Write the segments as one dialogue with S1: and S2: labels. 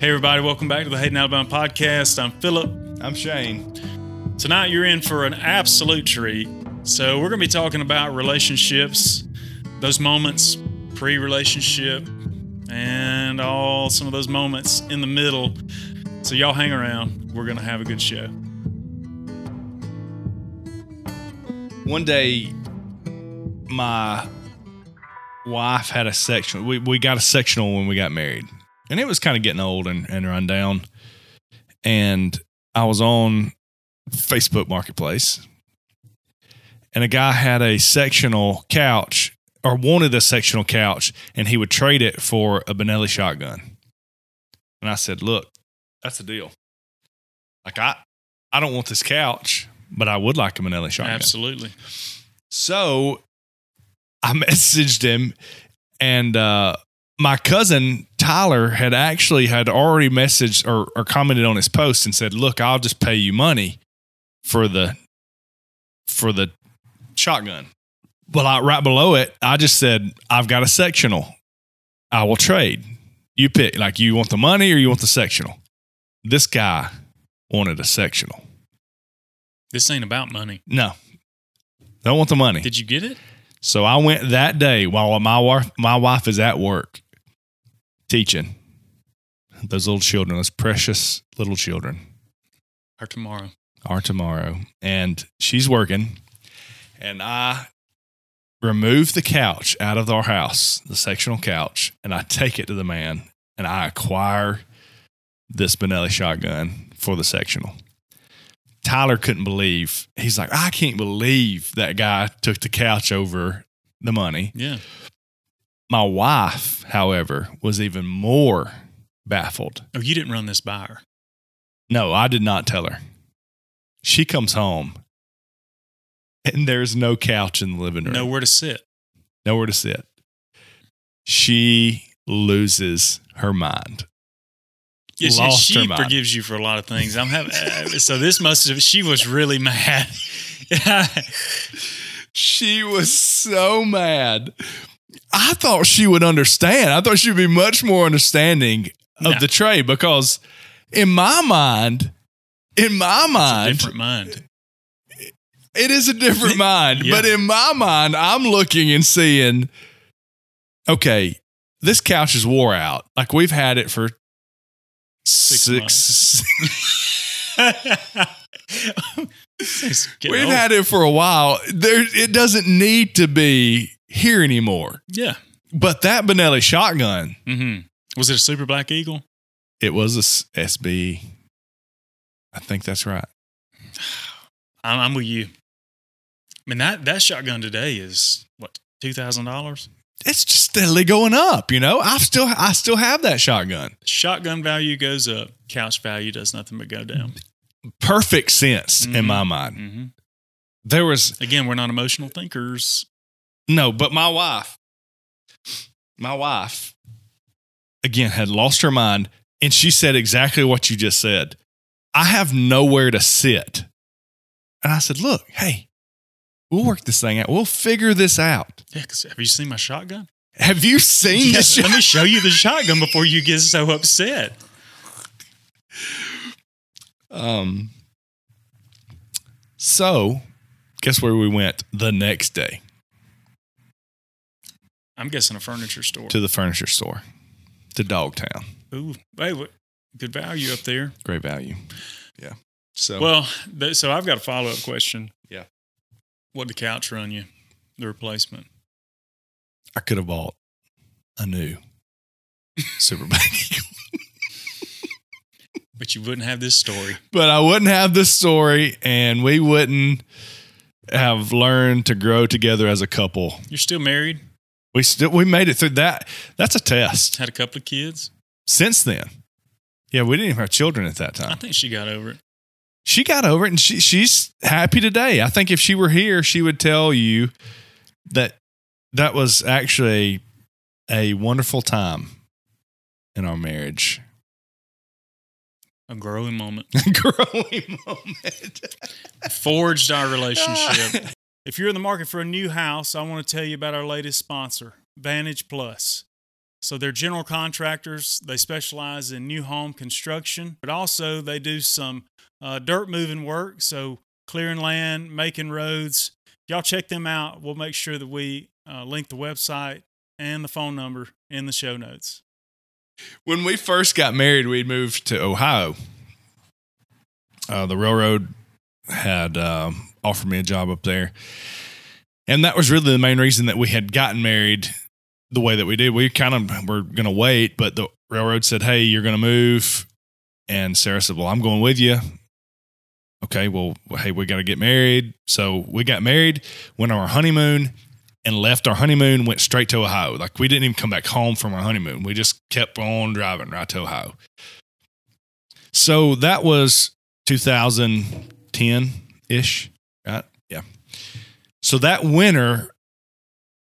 S1: Hey, everybody, welcome back to the Hayden Alabama podcast. I'm Philip.
S2: I'm Shane.
S1: Tonight, you're in for an absolute treat. So, we're going to be talking about relationships, those moments pre relationship, and all some of those moments in the middle. So, y'all hang around. We're going to have a good show.
S2: One day, my wife had a section. We, we got a sectional when we got married, and it was kind of getting old and, and run down. And I was on Facebook Marketplace, and a guy had a sectional couch or wanted a sectional couch, and he would trade it for a Benelli shotgun. And I said, Look, that's a deal. Like, I, I don't want this couch, but I would like a Benelli shotgun.
S1: Absolutely.
S2: So I messaged him and uh my cousin Tyler had actually had already messaged or, or commented on his post and said, "Look, I'll just pay you money for the for the shotgun." Well, I, right below it, I just said, "I've got a sectional. I will trade. You pick. Like, you want the money or you want the sectional?" This guy wanted a sectional.
S1: This ain't about money.
S2: No, don't want the money.
S1: Did you get it?
S2: So I went that day while my wife, my wife is at work teaching those little children, those precious little children,
S1: Or tomorrow?
S2: are tomorrow. And she's working. And I remove the couch out of our house, the sectional couch, and I take it to the man and I acquire this Benelli shotgun for the sectional. Tyler couldn't believe. He's like, I can't believe that guy took the couch over the money.
S1: Yeah.
S2: My wife, however, was even more baffled.
S1: Oh, you didn't run this by her.
S2: No, I did not tell her. She comes home and there's no couch in the living room,
S1: Nowhere to sit.
S2: nowhere to sit. She loses her mind.
S1: Yes, yes,
S2: Lost her
S1: she
S2: mind.
S1: forgives you for a lot of things. I'm having uh, so this must have. She was really mad.
S2: She was so mad. I thought she would understand. I thought she'd be much more understanding
S1: No.
S2: of the trade because, in my mind, in my mind,
S1: different mind.
S2: It is a different mind.
S1: Yeah.
S2: But in my mind, I'm looking and seeing, okay, this couch is wore out. Like we've had it for
S1: Six
S2: six,
S1: It's getting
S2: we've
S1: old.
S2: had it for a while. There it doesn't need to be here anymore.
S1: yeah.
S2: But that Benelli shotgun,
S1: hmm Was it a super black eagle?
S2: it was a s- SB. I think that's right.
S1: I'm, I'm with you. I mean that that shotgun today is what two thousand dollars.
S2: It's just steadily going up, you know. I've still I still have that shotgun.
S1: Shotgun value goes up. Couch value does nothing but go down.
S2: Perfect sense in
S1: Mhm.
S2: my mind.
S1: hmm
S2: There was
S1: Again, we're not emotional thinkers.
S2: No, but my wife, my wife, again, had lost her mind. And she said exactly what you just said. I have nowhere to sit. And I said, Look, hey, we'll work this thing out. We'll figure this out.
S1: Yeah, 'cause have you seen my shotgun?
S2: Have you seen
S1: Yeah,
S2: this? shit?
S1: let me show you the shotgun before you get so upset.
S2: Um, so, guess where we went the next day?
S1: I'm guessing a furniture store.
S2: To the furniture store, to Dogtown.
S1: Ooh, hey, what, good value up there.
S2: Great value. Yeah. So,
S1: Well, th- so I've got a follow up question.
S2: Oh. Yeah.
S1: What did the couch run you? The replacement.
S2: I could have bought a new Super Bank,
S1: But you wouldn't have this story.
S2: but I wouldn't have this story, and we wouldn't have learned to grow together as a couple.
S1: You're still married,
S2: We still we made it through that. That's a test.
S1: had a couple of kids.
S2: Since then, yeah, we didn't even have children at that
S1: I
S2: time.
S1: think she got over it.
S2: She got over it, and she she's happy today. I think if she were here, she would tell you that that was actually a wonderful time in our marriage.
S1: A growing moment.
S2: Growing moment.
S1: Forged our relationship. if you're in the market for a new house, I want to tell you about our latest sponsor, Vantage Plus. So they're general contractors. They specialize in new home construction, but also they do some uh, dirt moving work. So clearing land, making roads. Y'all check them out. We'll make sure that we uh, link the website and the phone number in the show notes.
S2: When we first got married, we moved to Ohio. Uh, the railroad had um, offered me a job up there. And that was really the main reason that we had gotten married the way that we did. We kind of were going to wait, but the railroad said, Hey, you're going to move. And Sarah said, Well, I'm going with you. Okay, well, hey, we got to get married. So we got married, went on our honeymoon, and left our honeymoon, went straight to Ohio. Like we didn't even come back home from our honeymoon. We just kept on driving right to Ohio. So that was 2010 ish, right? Yeah. So that winter,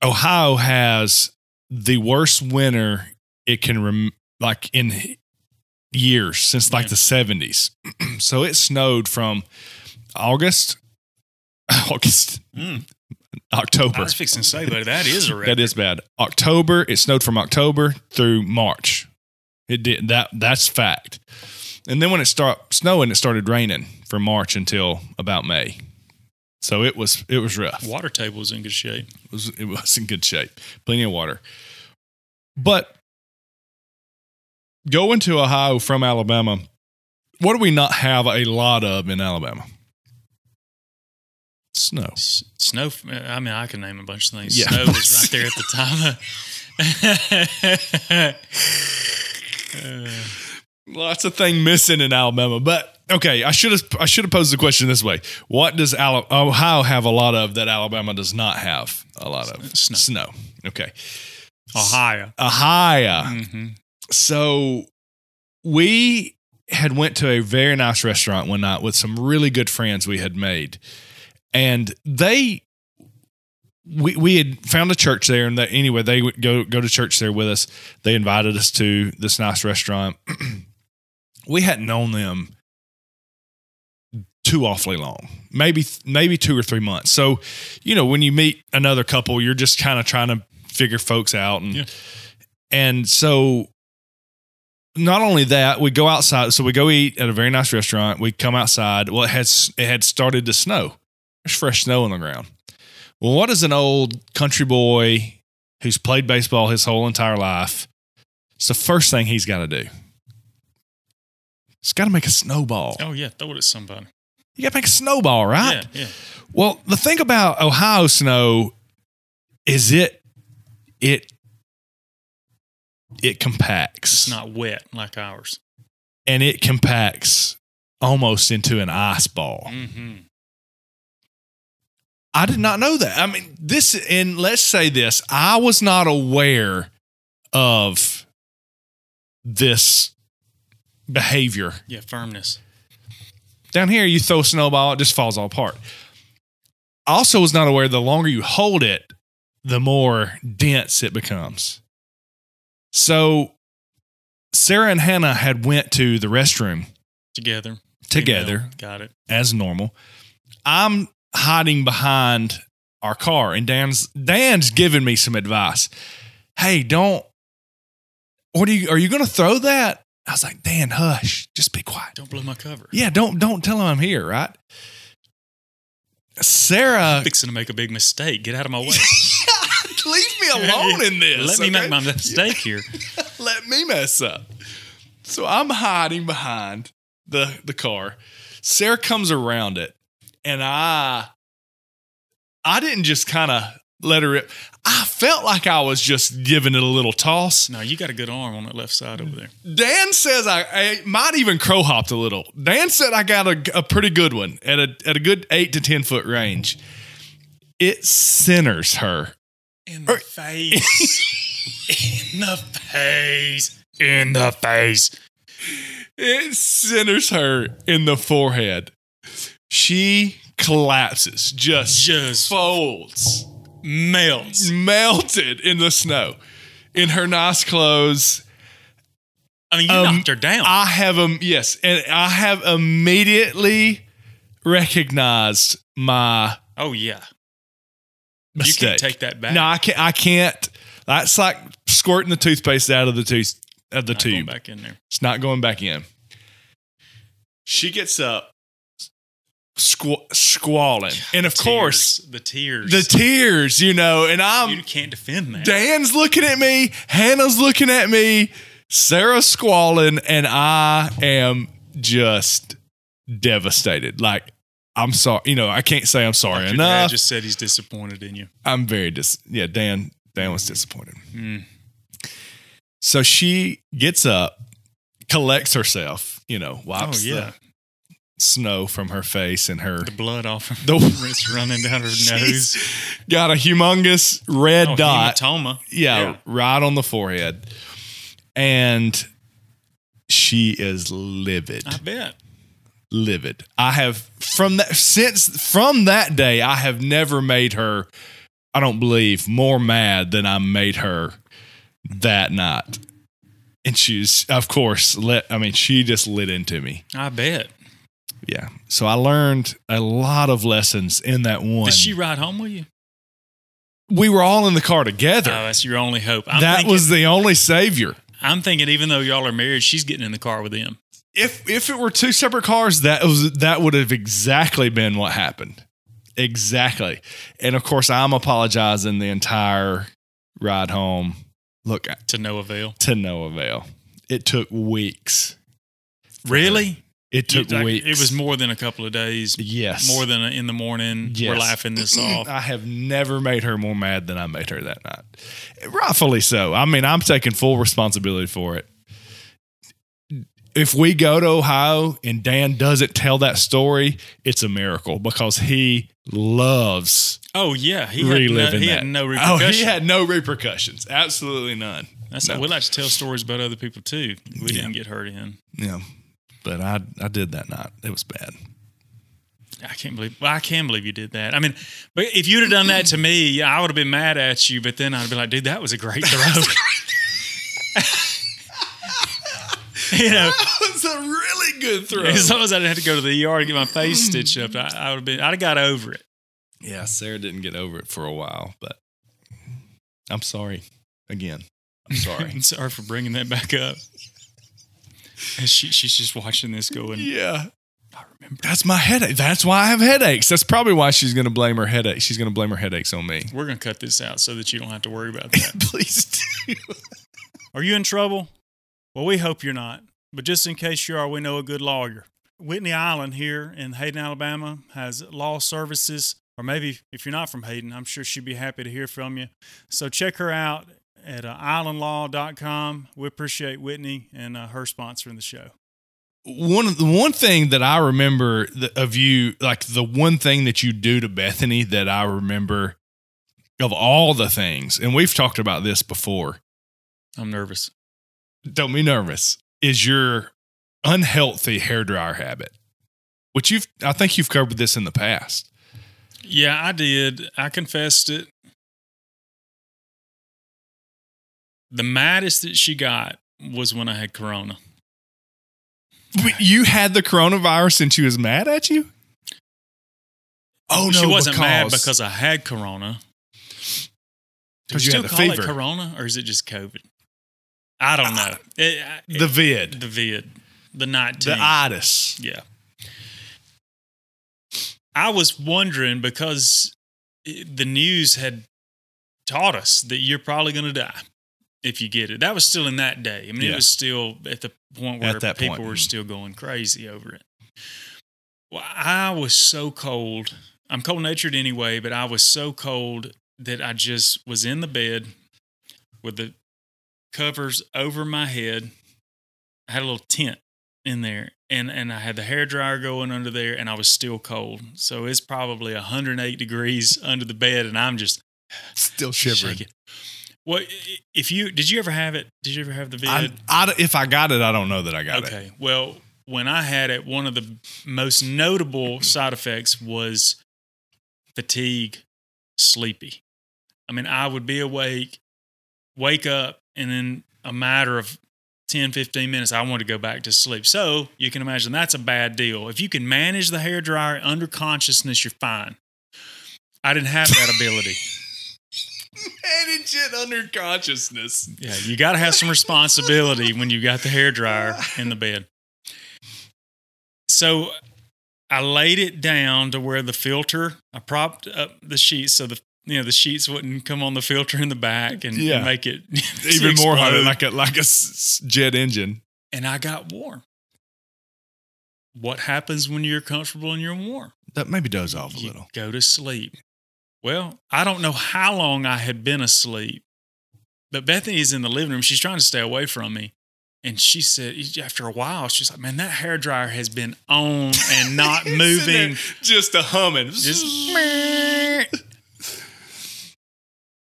S2: Ohio has the worst winter it can rem- like in years since like
S1: Yeah.
S2: the 70s. so it snowed from August, August,
S1: I
S2: October.
S1: was fixing to say, but that is a record.
S2: That is bad. October, it snowed from October through March. It did that. That's fact. And then when it start snowing, it started raining from March until about May. So it was it was rough.
S1: Water table is in good shape.
S2: It was it was in good shape. Plenty of water. But going to Ohio from Alabama, what do we not have a lot of in Alabama? Snow.
S1: S- Snow. I mean, I can name a bunch of things.
S2: Yeah.
S1: Snow was right there at the time. of- Uh,
S2: Lots of thing missing in Alabama, but okay. I should have I should have posed the question this way: What does Ala- Ohio have a lot of that Alabama does not have a lot of?
S1: Snow.
S2: Snow. Okay.
S1: Ohio.
S2: Ohio.
S1: hmm
S2: So we had went to a very nice restaurant one night with some really good friends we had made, and they we we had found a church there, and they, anyway they would go go to church there with us. They invited us to this nice restaurant. we hadn't known them too awfully long maybe maybe two or three months so you know when you meet another couple you're just kind of trying to figure folks out and
S1: Yeah.
S2: and so not only that we go outside so we go eat at a very nice restaurant we come outside well it had s- it had started to snow there's fresh snow on the ground well what does an old country boy who's played baseball his whole entire life it's the first thing he's got to do he's got to make a snowball
S1: Oh yeah, throw it at somebody.
S2: you got to make a snowball, right?
S1: Yeah, yeah.
S2: Well, the thing about Ohio snow is it it it compacts
S1: It's not wet like ours.
S2: and it compacts almost into an ice ball.
S1: Mm-hmm.
S2: I did not know that. I mean, this and let's say this, I was not aware of this behavior
S1: Yeah, firmness.
S2: down here you throw a snowball it just falls all apart I also was not aware the longer you hold it the more dense it becomes so sarah and hannah had went to the restroom
S1: Together.
S2: together
S1: Female. Got it.
S2: as normal i'm hiding behind our car and dan's dan's giving me some advice hey don't what are you are you gonna throw that i was like dan hush just be quiet
S1: Don't blow my cover.
S2: yeah, don't don't tell him I'm here, right? Sarah,
S1: Fixing to make a big mistake. Get out of my way.
S2: leave me alone in this.
S1: Let me
S2: okay?
S1: make my mistake here.
S2: Let me mess up. So I'm hiding behind the the car. Sarah comes around it, and I I didn't just kind of let her rip. I felt like I was just giving it a little toss.
S1: No, you got a good arm on that left side over
S2: Er.
S1: there.
S2: Dan says I, I might even crow hopped a little. Dan said I got a, a pretty good one at a at a good eight to ten foot range. It centers her
S1: In the face. In the face. In the face.
S2: it centers her in the forehead. She collapses, just,
S1: Just
S2: folds,
S1: melts.
S2: melted in the snow, in her nice clothes.
S1: I mean, you
S2: Um,
S1: knocked her down.
S2: I have um yes, and I have immediately recognized my
S1: oh yeah.
S2: mistake.
S1: You can take that back.
S2: No, I can't. I can't. That's like squirting the toothpaste out of the tooth of the
S1: Not going
S2: tube.
S1: back in there.
S2: It's not going back in. She gets up, squ- squalling, and of course
S1: Tears. the tears.
S2: the tears, you know. And I'm
S1: you can't defend that.
S2: Dan's looking at me, Hannah's looking at me, Sarah's squalling, and I am just devastated. Like I'm sorry, you know. I can't say I'm sorry
S1: Your dad
S2: enough.
S1: just said he's disappointed in you.
S2: I'm very dis. Yeah, Dan. Dan was disappointed.
S1: Mm.
S2: So she gets up, collects herself, you know, wipes
S1: oh yeah,
S2: the snow from her face and her
S1: the blood off.
S2: The-
S1: The it's running down her
S2: She's
S1: nose.
S2: got a humongous red
S1: Oh,
S2: dot.
S1: hematoma.
S2: yeah,
S1: Yeah.
S2: right on the forehead. And she is livid.
S1: I bet.
S2: livid. I have from that since from that day, I have never made her, I don't believe, more mad than I made her that night. And she's of course let I mean, she just lit into me.
S1: I bet.
S2: Yeah. So I learned a lot of lessons in that one.
S1: Did she ride home with you?
S2: we were all in the car
S1: Oh,
S2: together.
S1: that's your only hope. I'm
S2: that
S1: thinking,
S2: was the only savior.
S1: I'm thinking, even though y'all are married, she's getting in the car with him.
S2: If if it were two separate cars, that was that would have exactly been what happened. Exactly. And of course, I'm apologizing the entire ride home. Look,
S1: To no avail.
S2: to no avail. It took weeks.
S1: Really?
S2: It took
S1: Like,
S2: weeks.
S1: It was more than a couple of days.
S2: yes,
S1: More than a, in the morning. We're
S2: Yes.
S1: laughing this off.
S2: I have never made her more mad than I made her that night. Rightfully so. I mean, I'm taking full responsibility for it. If we go to Ohio and Dan doesn't tell that story, it's a miracle because he loves
S1: Oh yeah, he had no,
S2: reliving
S1: he
S2: that.
S1: had no
S2: Oh,
S1: repercussions.
S2: he had no repercussions. Absolutely none.
S1: That's
S2: no.
S1: we like to tell stories about other people too. We
S2: Yeah.
S1: didn't get hurt in.
S2: Yeah. But I I did that night. It was bad.
S1: I can't believe. Well, I can believe you did that. I mean, but if you'd have done that to me, yeah, I would have been mad at you. But then I'd be like, dude, that was a great throw. you know,
S2: It's a really good throw.
S1: as long as I didn't have to go to the ER to get my face stitched up, I, I would have been. I'd have got over it.
S2: Yeah, Sarah didn't get over it for a while, but I'm sorry again. I'm sorry.
S1: I'm sorry for bringing that back up. And she, she's just watching this going.
S2: yeah. That's my headache. That's why I have headaches. That's probably why she's going to blame her headache. She's going to blame her headaches on me.
S1: We're gonna cut this out so that you don't have to worry about that.
S2: Please do.
S1: Are you in trouble? Well, we hope you're not. But just in case you are, we know a good lawyer. Whitney Island here in Hayden, Alabama has law services, or maybe if you're not from Hayden, I'm sure she'd be happy to hear from you. So check her out at uh, islandlaw.com. We appreciate Whitney and uh, her sponsoring the show.
S2: One of the one thing that I remember th- of you, like the one thing that you do to Bethany that I remember of all the things, and we've talked about this before,
S1: I'm nervous.
S2: don't be nervous is your unhealthy hair dryer habit which you've i think you've covered this in the past
S1: Yeah, I did. I confessed it. The maddest that she got was when I had corona.
S2: But you had the coronavirus and she was mad at you oh no
S1: she wasn't mad because I had corona. Do we
S2: because you
S1: still
S2: had the
S1: call it
S2: fever Uh,
S1: corona, or is it just COVID? I don't know. It- I-
S2: the vid
S1: the vid, the nineteen,
S2: the itis
S1: yeah. I was wondering because it, the news had taught us that you're probably going to die if you get it. That was still in that day. I mean,
S2: Yeah.
S1: it was still at the point where
S2: At that
S1: people
S2: point,
S1: were
S2: mhm.
S1: still going crazy over it. Well, I was so cold. I'm cold natured anyway, but I was so cold that I just was in the bed with the covers over my head. I had a little tent in there and and I had the hair dryer going under there and I was still cold. So it's probably 108 degrees under the bed and I'm just
S2: still
S1: shaking. Well, i- if you did you ever have it? Did you ever have the vid?
S2: I, I- if i got it i don't know that i got it
S1: okay. Well, when I had it, one of the most notable side effects was fatigue, sleepy. I mean, I would be awake, wake up, and in a matter of 10, 15 minutes, I want to go back to sleep. So you can imagine that's a bad deal. If you can manage the hair dryer under consciousness, you're fine. I didn't have that ability.
S2: Manage it under consciousness.
S1: Yeah, you got to have some responsibility when you got the hair dryer in the bed. So I laid it down to where the filter. I propped up the sheets so the you know the sheets wouldn't come on the filter in the back and, and
S2: Yeah.
S1: make it
S2: Even more hot,
S1: explode.
S2: like a like a s- s- jet engine.
S1: And I got warm. What happens when you're comfortable and you're warm?
S2: That maybe does off a
S1: You
S2: little.
S1: Go to sleep. Well, I don't know how long I had been asleep, but Bethany is in the living room. She's trying to stay away from me. And she said, after a while, she's like, man, that hair dryer has been on and not
S2: It's in there,
S1: moving.
S2: just a humming.
S1: Just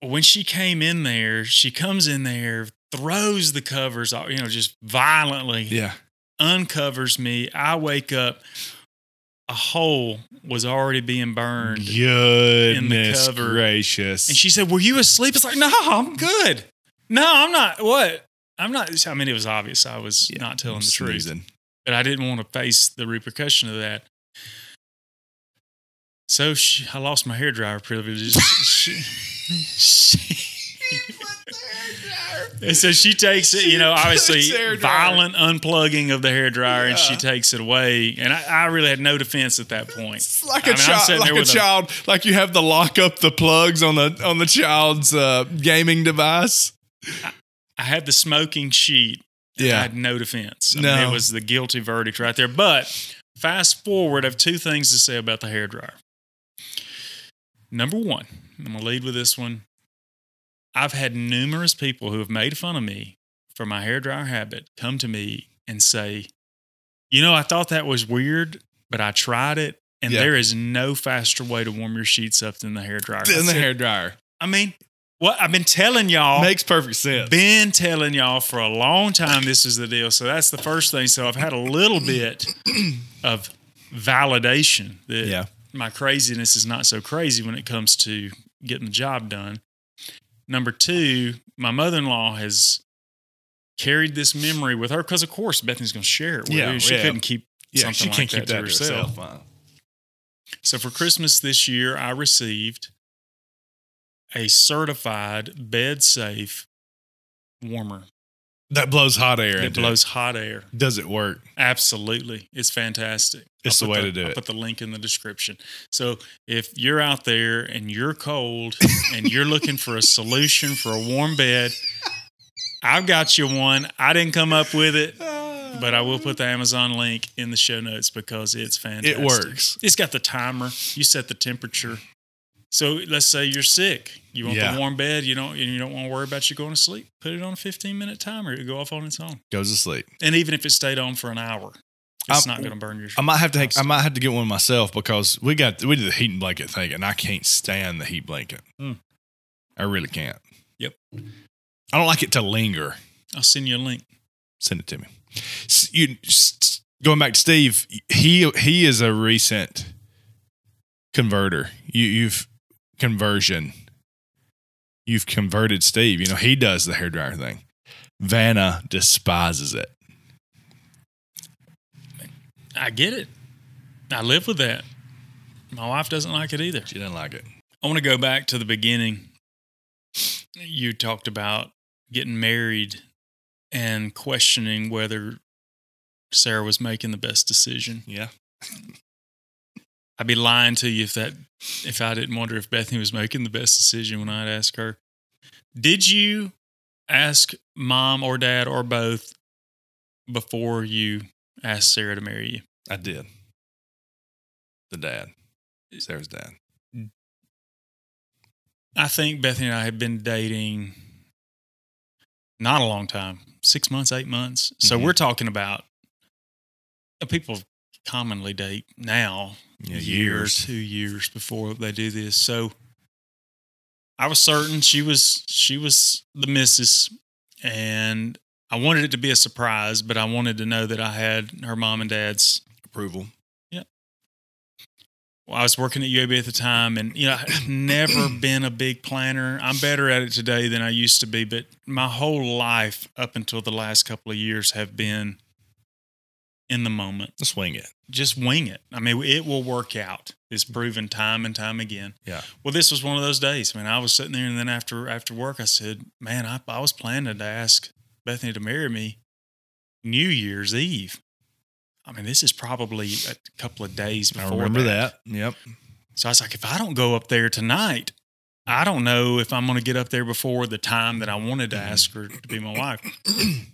S1: when she came in there, she comes in there, throws the covers off, you know, just violently
S2: yeah.
S1: uncovers me. I wake up, a hole was already being burned.
S2: Goodness
S1: cover.
S2: gracious.
S1: And she said, Were you asleep? It's like, No, I'm good. No, I'm not. What? I'm not. I mean, it was obvious I was
S2: Yeah,
S1: not telling
S2: I'm
S1: the truth,
S2: snoozing.
S1: but I didn't want to face the repercussion of that. So she, I lost my hairdryer privileges. she, she, and so she takes it, you know,
S2: She takes
S1: obviously
S2: the hair dryer.
S1: violent unplugging of the hair dryer, and she
S2: Yeah.
S1: takes it away. And I, I really had no defense at that point.
S2: It's like
S1: I
S2: a
S1: mean, I'm sitting
S2: child, like
S1: there
S2: a
S1: with a-
S2: child, like you have to lock up the plugs on the on the child's uh, gaming device.
S1: I had the smoking sheet I
S2: Yeah,
S1: had no defense. I mean,
S2: No.
S1: it was the guilty verdict right there. But fast forward, I have two things to say about the hairdryer. Number one, I'm going to lead with this one. I've had numerous people who have made fun of me for my hairdryer habit come to me and say, you know, I thought that was weird, but I tried it. And
S2: Yeah.
S1: there is no faster way to warm your sheets up than the hairdryer.
S2: in the
S1: I said,
S2: hair dryer
S1: I mean, what I've been telling y'all
S2: makes perfect sense.
S1: been telling y'all for a long time this is the deal. So that's the first thing. So I've had a little bit of validation that
S2: Yeah,
S1: my craziness is not so crazy when it comes to getting the job done. Number two, my mother in law has carried this memory with her because, of course, Bethany's going to share it with
S2: Yeah,
S1: her. She
S2: yeah.
S1: couldn't keep
S2: yeah,
S1: something
S2: she
S1: like
S2: can't
S1: that
S2: keep
S1: to
S2: that to
S1: herself.
S2: herself. Uh,
S1: So for Christmas this year, I received a certified bed safe warmer
S2: That blows hot air.
S1: that
S2: into it.
S1: blows hot air.
S2: Does it work?
S1: Absolutely. It's fantastic.
S2: It's the
S1: put
S2: way to do
S1: I'll
S2: it.
S1: put the link in the description. So if you're out there and you're cold and you're looking for a solution for a warm bed, I've got you one. I didn't come up with it,
S2: Ah.
S1: but I will put the Amazon link in the show notes because it's fantastic.
S2: It works.
S1: It's got the timer. You set the temperature. So let's say you're sick. You want
S2: Yeah.
S1: the warm bed. You don't. You don't want to worry about you going to sleep. Put it on a 15 minute timer. It'll go off on its own.
S2: Goes to sleep.
S1: And even if it stayed on for an hour, it's
S2: I'm-
S1: not going to burn your.
S2: I might have to. Take, I might have to get one myself because we got we did the heat and blanket thing, and I can't stand the heat blanket.
S1: Mm.
S2: I really can't.
S1: Yep.
S2: I don't like it to linger.
S1: I'll send you a link.
S2: Send it to me. S- You s- s- going back to Steve? He he is a recent converter. You you've conversion. You've converted Steve. You know he does the hairdryer thing. Vanna despises it.
S1: I get it. I live with that. My wife doesn't like it either.
S2: She didn't like it.
S1: I want to go back to the beginning. You talked about getting married and questioning whether Sarah was making the best decision.
S2: Yeah.
S1: I'd be lying to you if that if I didn't wonder if Bethany was making the best decision when I'd ask her. Did you ask mom or dad or both before you asked Sarah to marry you?
S2: I did. The dad. Sarah's dad.
S1: I think Bethany and I have been dating not a long time, six months, eight months. So
S2: Mhm.
S1: we're talking about uh, people commonly date now
S2: Yeah,
S1: a year or two years before they do this. So I was certain she was she was the missus, and I wanted it to be a surprise, but I wanted to know that I had her mom and dad's
S2: Approval.
S1: well, I was working at UAB at the time, and you know, I've never been a big planner. I'm better at it today than I used to be, but my whole life up until the last couple of years have been in the moment.
S2: Let's wing it.
S1: Just wing it. I mean, it will work out. It's proven time and time again.
S2: Yeah.
S1: Well, this was one of those days. I mean, I was sitting there, and then after after work, I said, "Man, I, I was planning to ask Bethany to marry me New Year's Eve. I mean, this is probably a couple of days before
S2: I remember that. Yep.
S1: So I was like, if I don't go up there tonight, I don't know if I'm going to get up there before the time that I wanted to ask her to be my wife.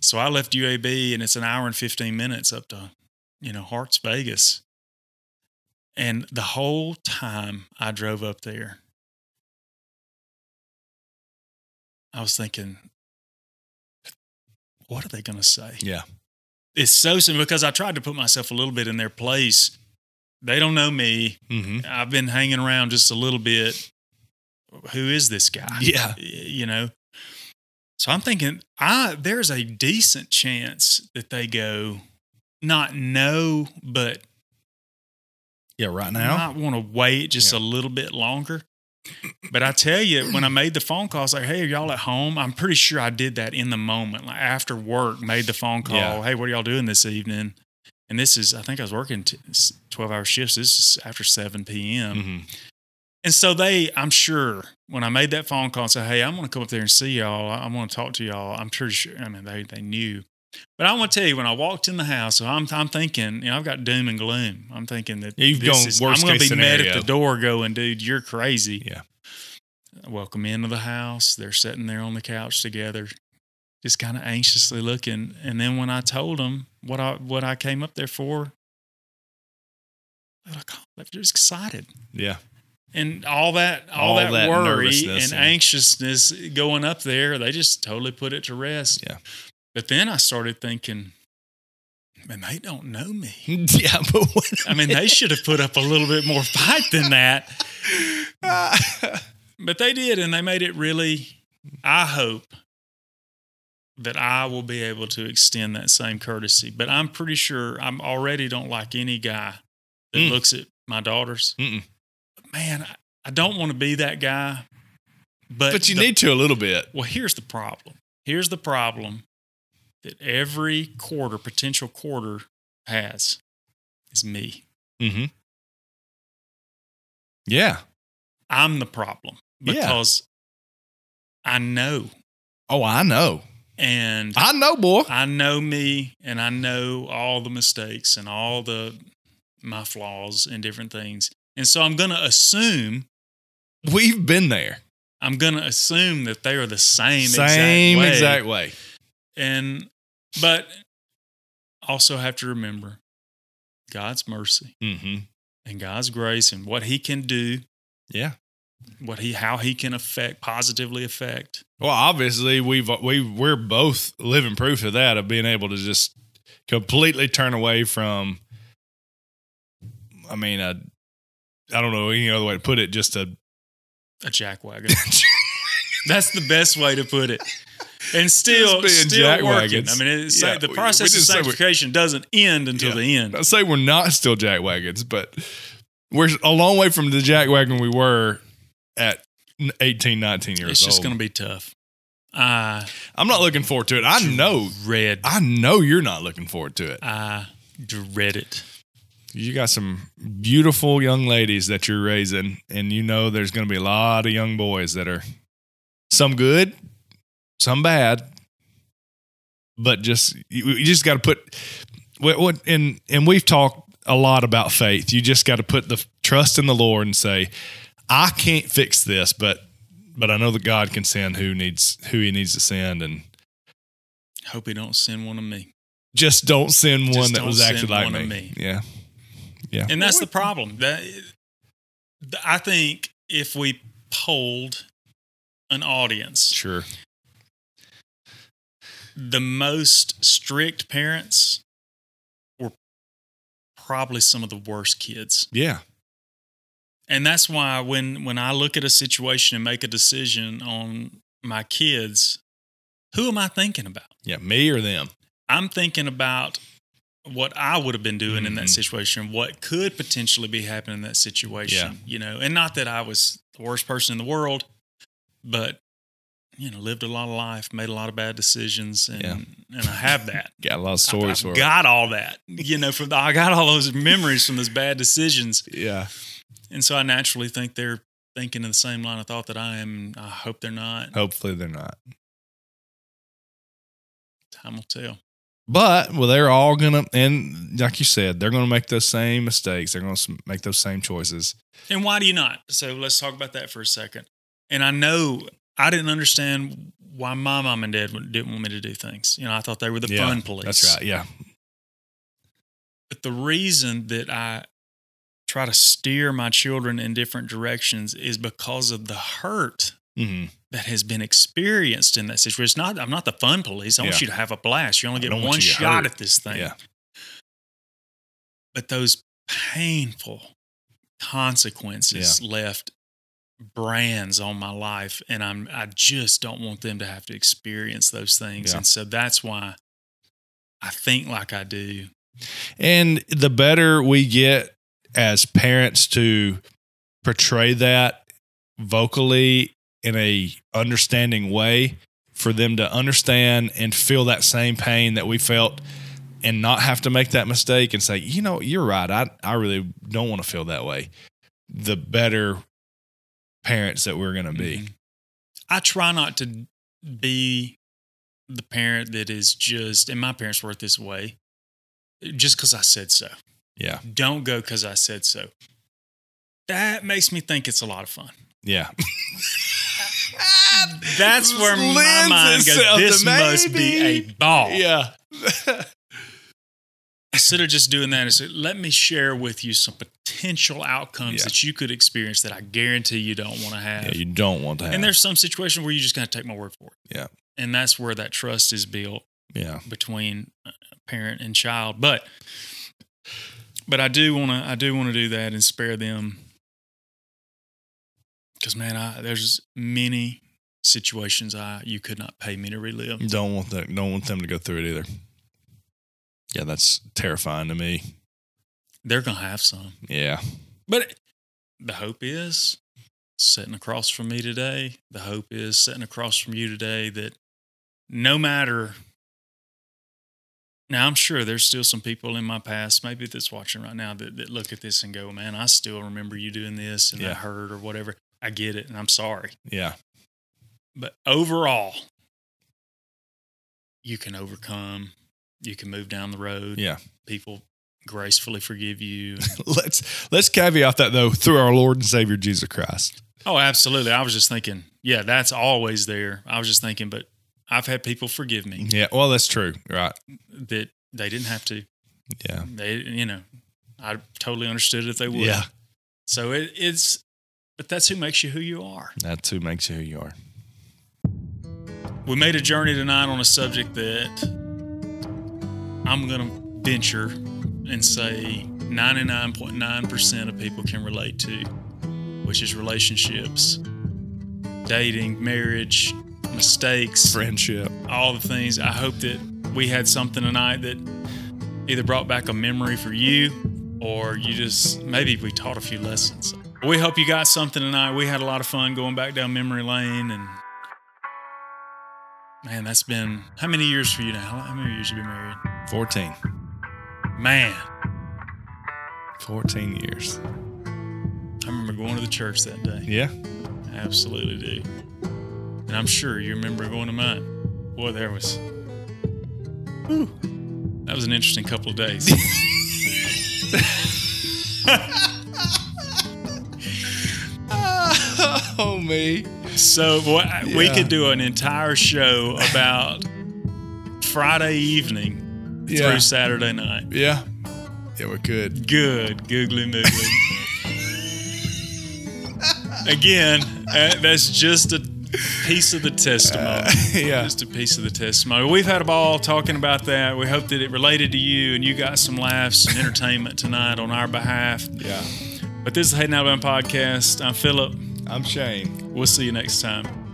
S1: So I left UAB and it's an hour and 15 minutes up to, you know, Harts, Vegas. And the whole time I drove up there, I was thinking, what are they going to say?
S2: Yeah.
S1: It's so simple because I tried to put myself a little bit in their place. They don't know me.
S2: Mm-hmm.
S1: I've been hanging around just a little bit. Who is this guy?
S2: Yeah.
S1: You know. So I'm thinking, I there's a decent chance that they go, not no, but
S2: Yeah. Right now.
S1: might want to wait just a little bit longer. But I tell you, when I made the phone call, I was like, hey, are y'all at home? I'm pretty sure I did that in the moment, like after work, made the phone call.
S2: Yeah.
S1: Hey, what are y'all doing this evening? And this is, I think I was working t- 12 hour shifts. This is after 7 p.m.
S2: Mm-hmm.
S1: And so they, I'm sure, when I made that phone call and said, "Hey, I'm going to come up there and see y'all. I, I want to talk to y'all." I'm pretty sure. I mean, they they knew. But I want to tell you, when I walked in the house, so I'm I'm thinking, you know, I've got doom and gloom. I'm thinking that
S2: Yeah, you've
S1: this
S2: gone worst
S1: I'm gonna be
S2: case
S1: met at
S2: scenario.
S1: the door, going, "Dude, you're crazy."
S2: Yeah.
S1: I welcome into the house. They're sitting there on the couch together, just kind of anxiously looking. And then when I told them what I what I came up there for, "Oh, they're just excited
S2: Yeah.
S1: and all that all,
S2: All
S1: that,
S2: that
S1: worry
S2: nervousness
S1: and
S2: and-
S1: anxiousness going up there they just totally put it to rest
S2: Yeah.
S1: but then i started thinking man they don't know me
S2: yeah. But what?
S1: i mean they should have put up a little bit more fight than that but they did and they made it really i hope that i will be able to extend that same courtesy but i'm pretty sure i'm already don't like any guy that
S2: Mm.
S1: looks at my daughters
S2: Mm-mm.
S1: man I, I don't want to be that guy but,
S2: But you
S1: the-
S2: need to a little bit.
S1: well here's the problem here's the problem that every quarter potential quarter has is me
S2: Mm-hmm. Yeah.
S1: i'm the problem
S2: Yeah.
S1: because i know
S2: Oh, I know.
S1: and
S2: I know, boy.
S1: I know me and I know all the mistakes and all the my flaws and different things. And so I'm going to assume
S2: We've been there.
S1: I'm going to assume that they are the same,
S2: Same
S1: exact way.
S2: exact way.
S1: And but also have to remember God's mercy
S2: Mm-hmm.
S1: and God's grace and what he can do,
S2: Yeah.
S1: what he how he can affect positively affect.
S2: Well, obviously we've we we're both living proof of that of being able to just completely turn away from. I mean, I I don't know any other way to put it. Just a
S1: a jackwagon. That's the best way to put it. And still,
S2: being
S1: still working.
S2: jackwagons.
S1: I mean, it's
S2: Yeah,
S1: the
S2: we- we
S1: process of
S2: just say we-
S1: sanctification doesn't end until
S2: Yeah.
S1: the end.
S2: I say we're not still jack wagons, but we're a long way from the jack wagon we were at 18, 19 years
S1: It's
S2: old.
S1: just going to be tough. I
S2: I'm not looking forward to it. I know.
S1: dread.
S2: I know you're not looking forward to it.
S1: I dread it.
S2: You got some beautiful young ladies that you're raising, and you know there's going to be a lot of young boys that are some good, some bad, but just you, you just got to put what, what and and we've talked a lot about faith. You just got to put the trust in the Lord and say, I can't fix this, but but I know that God can send who needs who He needs to send, and
S1: Hope he don't send one of me.
S2: just don't send
S1: Just
S2: one that
S1: don't
S2: was acting
S1: send
S2: like
S1: one
S2: me.
S1: of me.
S2: Yeah, yeah,
S1: And that's the problem. That th- I think if we polled an audience,
S2: sure.
S1: the most strict parents were probably some of the worst kids.
S2: Yeah.
S1: and that's why when when i look at a situation and make a decision on my kids who am i thinking about
S2: Yeah, me or them.
S1: i'm thinking about what i would have been doing in that
S2: Mhm.
S1: situation what could potentially be happening in that situation you know and not that i was the worst person in the world but you know, lived a lot of life, made a lot of bad decisions, and
S2: Yeah.
S1: and I have that.
S2: Got a lot of stories for
S1: I've
S2: it.
S1: got all that, you know. From the, I got all those memories from those bad decisions,
S2: Yeah.
S1: and so I naturally think they're thinking in the same line of thought that I am. I hope they're not.
S2: Hopefully they're not.
S1: Time will tell.
S2: But well, they're all gonna, and like you said, they're gonna make those same mistakes. They're gonna s- make those same choices.
S1: And why do you not? So let's talk about that for a second. And I know I didn't understand why my mom and dad wouldn't- didn't want me to do things. You know, I thought they were the
S2: Yeah,
S1: fun police.
S2: That's right. Yeah.
S1: But the reason that I try to steer my children in different directions is because of the hurt
S2: Mm-hmm.
S1: that has been experienced in that situation. It's not I'm not the fun police. I
S2: Yeah.
S1: want you to have a blast. You only
S2: I
S1: get
S2: don't want
S1: one
S2: you to get
S1: shot
S2: hurt.
S1: at this thing.
S2: Yeah.
S1: But those painful consequences left brands on my life and I'm I just don't want them to have to experience those things.
S2: Yeah.
S1: And so that's why I think like I do.
S2: And the better we get as parents to portray that vocally in a understanding way for them to understand and feel that same pain that we felt and not have to make that mistake and say, you know, you're right. I, I really don't want to feel that way. The better parents that we're going to be.
S1: Mhm. I try not to be the parent that is just, and my parents were this way, just because I said so.
S2: Yeah.
S1: Don't go because I said so. That makes me think it's a lot of fun.
S2: Yeah.
S1: That's where my
S2: Lends
S1: mind goes.
S2: itself to
S1: This must be a
S2: maybe."
S1: ball.
S2: Yeah.
S1: Instead of just doing that, it's like, let me share with you some potential outcomes
S2: Yeah.
S1: that you could experience that I guarantee you don't want to have.
S2: yeah. You don't want to have.
S1: and there's some situation where you just got to take my word for it.
S2: Yeah.
S1: And that's where that trust is built.
S2: yeah.
S1: between uh, parent and child. But but I do want to I do want to do that and spare them because man, I, there's many situations I you could not pay me to relive.
S2: Don't want that. Don't want them to go through it either. Yeah, that's terrifying to me.
S1: They're gonna have some,
S2: Yeah,
S1: but the hope is sitting across from me today. The hope is sitting across from you today that no matter. Now I'm sure there's still some people in my past, maybe that's watching right now, that, that look at this and go, "Man, I still remember you doing this and I
S2: Yeah.
S1: heard or whatever." I get it, and I'm sorry,
S2: yeah,
S1: but overall, you can overcome. You can move down the road.
S2: yeah.
S1: People gracefully forgive you.
S2: Let's let's caveat that though through our Lord and Savior Jesus Christ.
S1: Oh, absolutely. I was just thinking, yeah, that's always there. I was just thinking, but I've had people forgive me
S2: Yeah, well, that's true, right?
S1: that they didn't have to.
S2: Yeah,
S1: They, you know, I totally understood if they would.
S2: yeah.
S1: So it, it's, but that's who makes you who you are.
S2: That's who makes you who you are.
S1: We made a journey tonight on a subject that I'm going to venture and say 99.9% of people can relate to, which is relationships, dating, marriage, mistakes,
S2: Friendship.
S1: all the things. I hope that we had something tonight that either brought back a memory for you or you just maybe we taught a few lessons. We hope you got something tonight. We had a lot of fun going back down memory lane and man, that's been how many years for you now? How many years you been married?
S2: 14.
S1: Man,
S2: 14 years.
S1: I remember going to the church that day.
S2: Yeah.
S1: I absolutely do. And I'm sure you remember going to mine. Boy, there was. Whew. that was an interesting couple of days.
S2: oh me.
S1: So boy, I- we
S2: Yeah.
S1: could do an entire show about Friday evening
S2: Yeah.
S1: through Saturday night.
S2: Yeah. Yeah, we could.
S1: Good, googly moogly. Again, uh, that's just a piece of the testimony.
S2: Uh, yeah.
S1: Just a piece of the testimony. We've had a ball talking about that. We hope that it related to you and you got some laughs and entertainment tonight on our behalf.
S2: Yeah.
S1: But this is the Hayden Alabama Podcast. I'm Philip.
S2: I'm Shane.
S1: We'll see you next time.